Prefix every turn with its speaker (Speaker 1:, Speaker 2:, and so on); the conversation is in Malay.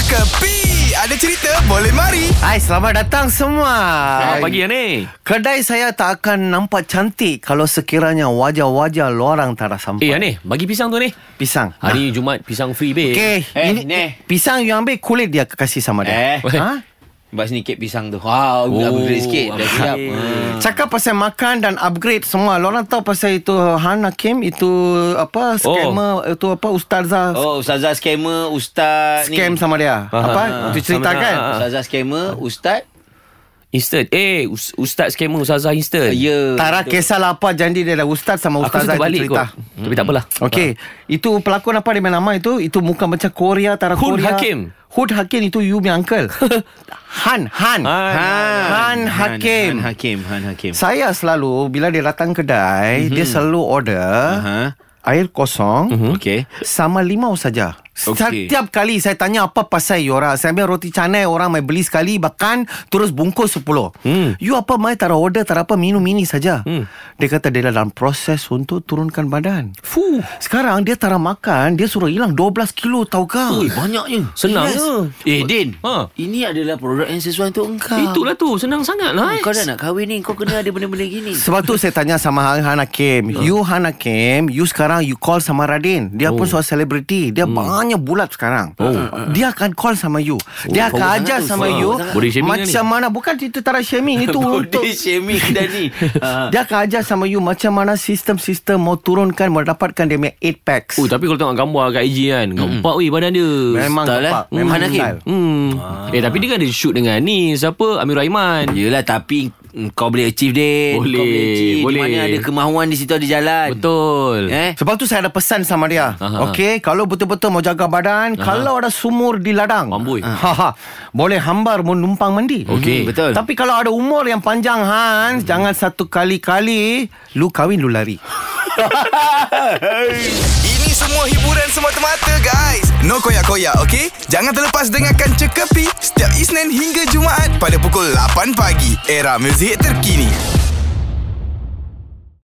Speaker 1: Kepi Ada cerita boleh mari
Speaker 2: Hai, selamat datang semua.
Speaker 3: Ah,
Speaker 4: Selamat pagi ni.
Speaker 2: Kedai saya tak akan nampak cantik kalau sekiranya wajah-wajah lorang tak ada
Speaker 4: Eh
Speaker 2: sampai.
Speaker 4: Ani, bagi pisang tu ni.
Speaker 2: Pisang.
Speaker 4: Hari
Speaker 3: Ah.
Speaker 4: Jumaat pisang free be.
Speaker 2: Okay,
Speaker 3: Eh,
Speaker 2: ini
Speaker 3: ni.
Speaker 2: pisang you ambil kulit dia kasih sama dia.
Speaker 3: Eh.
Speaker 2: Ha?
Speaker 4: Hmm.
Speaker 3: Buat sini kek pisang tu. Ha, oh,
Speaker 4: Oh,
Speaker 3: upgrade sikit. Dah
Speaker 4: upgrade.
Speaker 3: siap. Ah.
Speaker 2: Cakap pasal makan dan upgrade semua. Lorang tahu pasal itu Han Hakim itu
Speaker 4: Oh.
Speaker 2: apa scammer itu apa ustazah
Speaker 3: Oh, Ustazah scammer, Ustaz
Speaker 2: scam
Speaker 3: ni.
Speaker 2: sama dia. Apa? Itu cerita
Speaker 4: sama dia.
Speaker 2: kan?
Speaker 4: Ah.
Speaker 3: Ustazah scammer, Ustaz.
Speaker 4: Instant. Eh, us- ustaz scammer Ustazah instant.
Speaker 3: Ya.
Speaker 2: Tak ada kisahlah apa janji dia dah ustaz sama
Speaker 4: Aku
Speaker 2: ustazah itu
Speaker 4: suka balik kot.
Speaker 2: cerita.
Speaker 4: Tapi
Speaker 3: Hmm.
Speaker 4: tak apalah.
Speaker 2: Okey, itu pelakon apa dia main nama itu? Itu muka macam Korea, tara
Speaker 4: Hood
Speaker 2: Korea.
Speaker 4: Hakim.
Speaker 2: Hood Hakim itu you punya uncle. Han, Han.
Speaker 4: Han.
Speaker 2: Han Hakim.
Speaker 3: Han Hakim. Han Hakim.
Speaker 2: Saya selalu bila dia datang kedai, mm-hmm. dia selalu order uh-huh.
Speaker 3: Ha?
Speaker 2: air kosong
Speaker 4: Hmm?
Speaker 2: mm-hmm.
Speaker 3: Okey.
Speaker 2: sama limau saja.
Speaker 3: Okey.
Speaker 2: Setiap kali saya tanya apa pasal Yora, saya ambil roti canai orang mai beli sekali bahkan terus bungkus 10. Hmm. You apa mai tak ada order, tak ada apa minum ini saja. Hmm. Dia kata dia dalam proses untuk turunkan badan.
Speaker 4: Fuh.
Speaker 2: Sekarang dia tak nak makan Dia suruh hilang 12 kilo tau kau
Speaker 3: Ui, banyaknya.
Speaker 4: Senang je.
Speaker 3: Eh, Din.
Speaker 4: Ha.
Speaker 3: Ini adalah produk yang sesuai untuk engkau. Ha,
Speaker 4: Itulah tu, senang sangat lah.
Speaker 3: Oh, Kau dah nak kahwin ni, kau kena ada benda-benda gini.
Speaker 2: Sebab tu saya tanya sama Han- Han Hakim You Han Hakim You sekarang you call sama Radin Dia oh. pun seorang selebriti
Speaker 3: Hmm.
Speaker 2: Dia banyak bulat sekarang oh. Dia akan call sama you Dia
Speaker 3: power
Speaker 2: akan ajar
Speaker 3: sangat Oh, tu,
Speaker 2: sama
Speaker 3: power
Speaker 2: you
Speaker 3: sangat.
Speaker 4: Body shaming
Speaker 2: Macam mana Bukan itu tara shaming Itu untuk
Speaker 3: Body shaming dah ni. Ha.
Speaker 2: Dia akan ajar sama you Macam mana sistem-sistem Mau turunkan Mau dapatkan dia punya 8 packs
Speaker 4: Oh, tapi kalau tengok gambar kat IG kan, gempak weh badan dia.
Speaker 2: Memang
Speaker 3: style, eh?
Speaker 2: kepak
Speaker 3: Hmm.
Speaker 2: Memang
Speaker 3: Han Hakim.
Speaker 2: style.
Speaker 4: Hmm.
Speaker 3: Ah.
Speaker 4: Eh, tapi dia kan ada shoot dengan ni, siapa? Amir Rahman.
Speaker 3: Yelah tapi mm, kau boleh achieve
Speaker 4: Boleh,
Speaker 3: Din Kau boleh achieve
Speaker 4: boleh.
Speaker 3: Di mana ada kemahuan di situ ada jalan
Speaker 4: Betul.
Speaker 3: Eh
Speaker 2: Sebab tu saya ada pesan sama dia.
Speaker 4: Aha.
Speaker 2: Okey, kalau betul-betul mau jaga badan, kalau ada sumur di ladang,
Speaker 4: Amboi.
Speaker 2: haha, boleh hambar mau numpang mandi.
Speaker 4: Okey. Hmm.
Speaker 3: Hmm, betul.
Speaker 2: Tapi kalau ada umur yang panjang Hans, jangan satu kali-kali lu kahwin lu lari.
Speaker 1: Ini semua hiburan semata-mata guys No koyak-koyak ok Jangan terlepas dengarkan Cekapi Setiap Isnin hingga Jumaat Pada pukul 8 pagi Era muzik terkini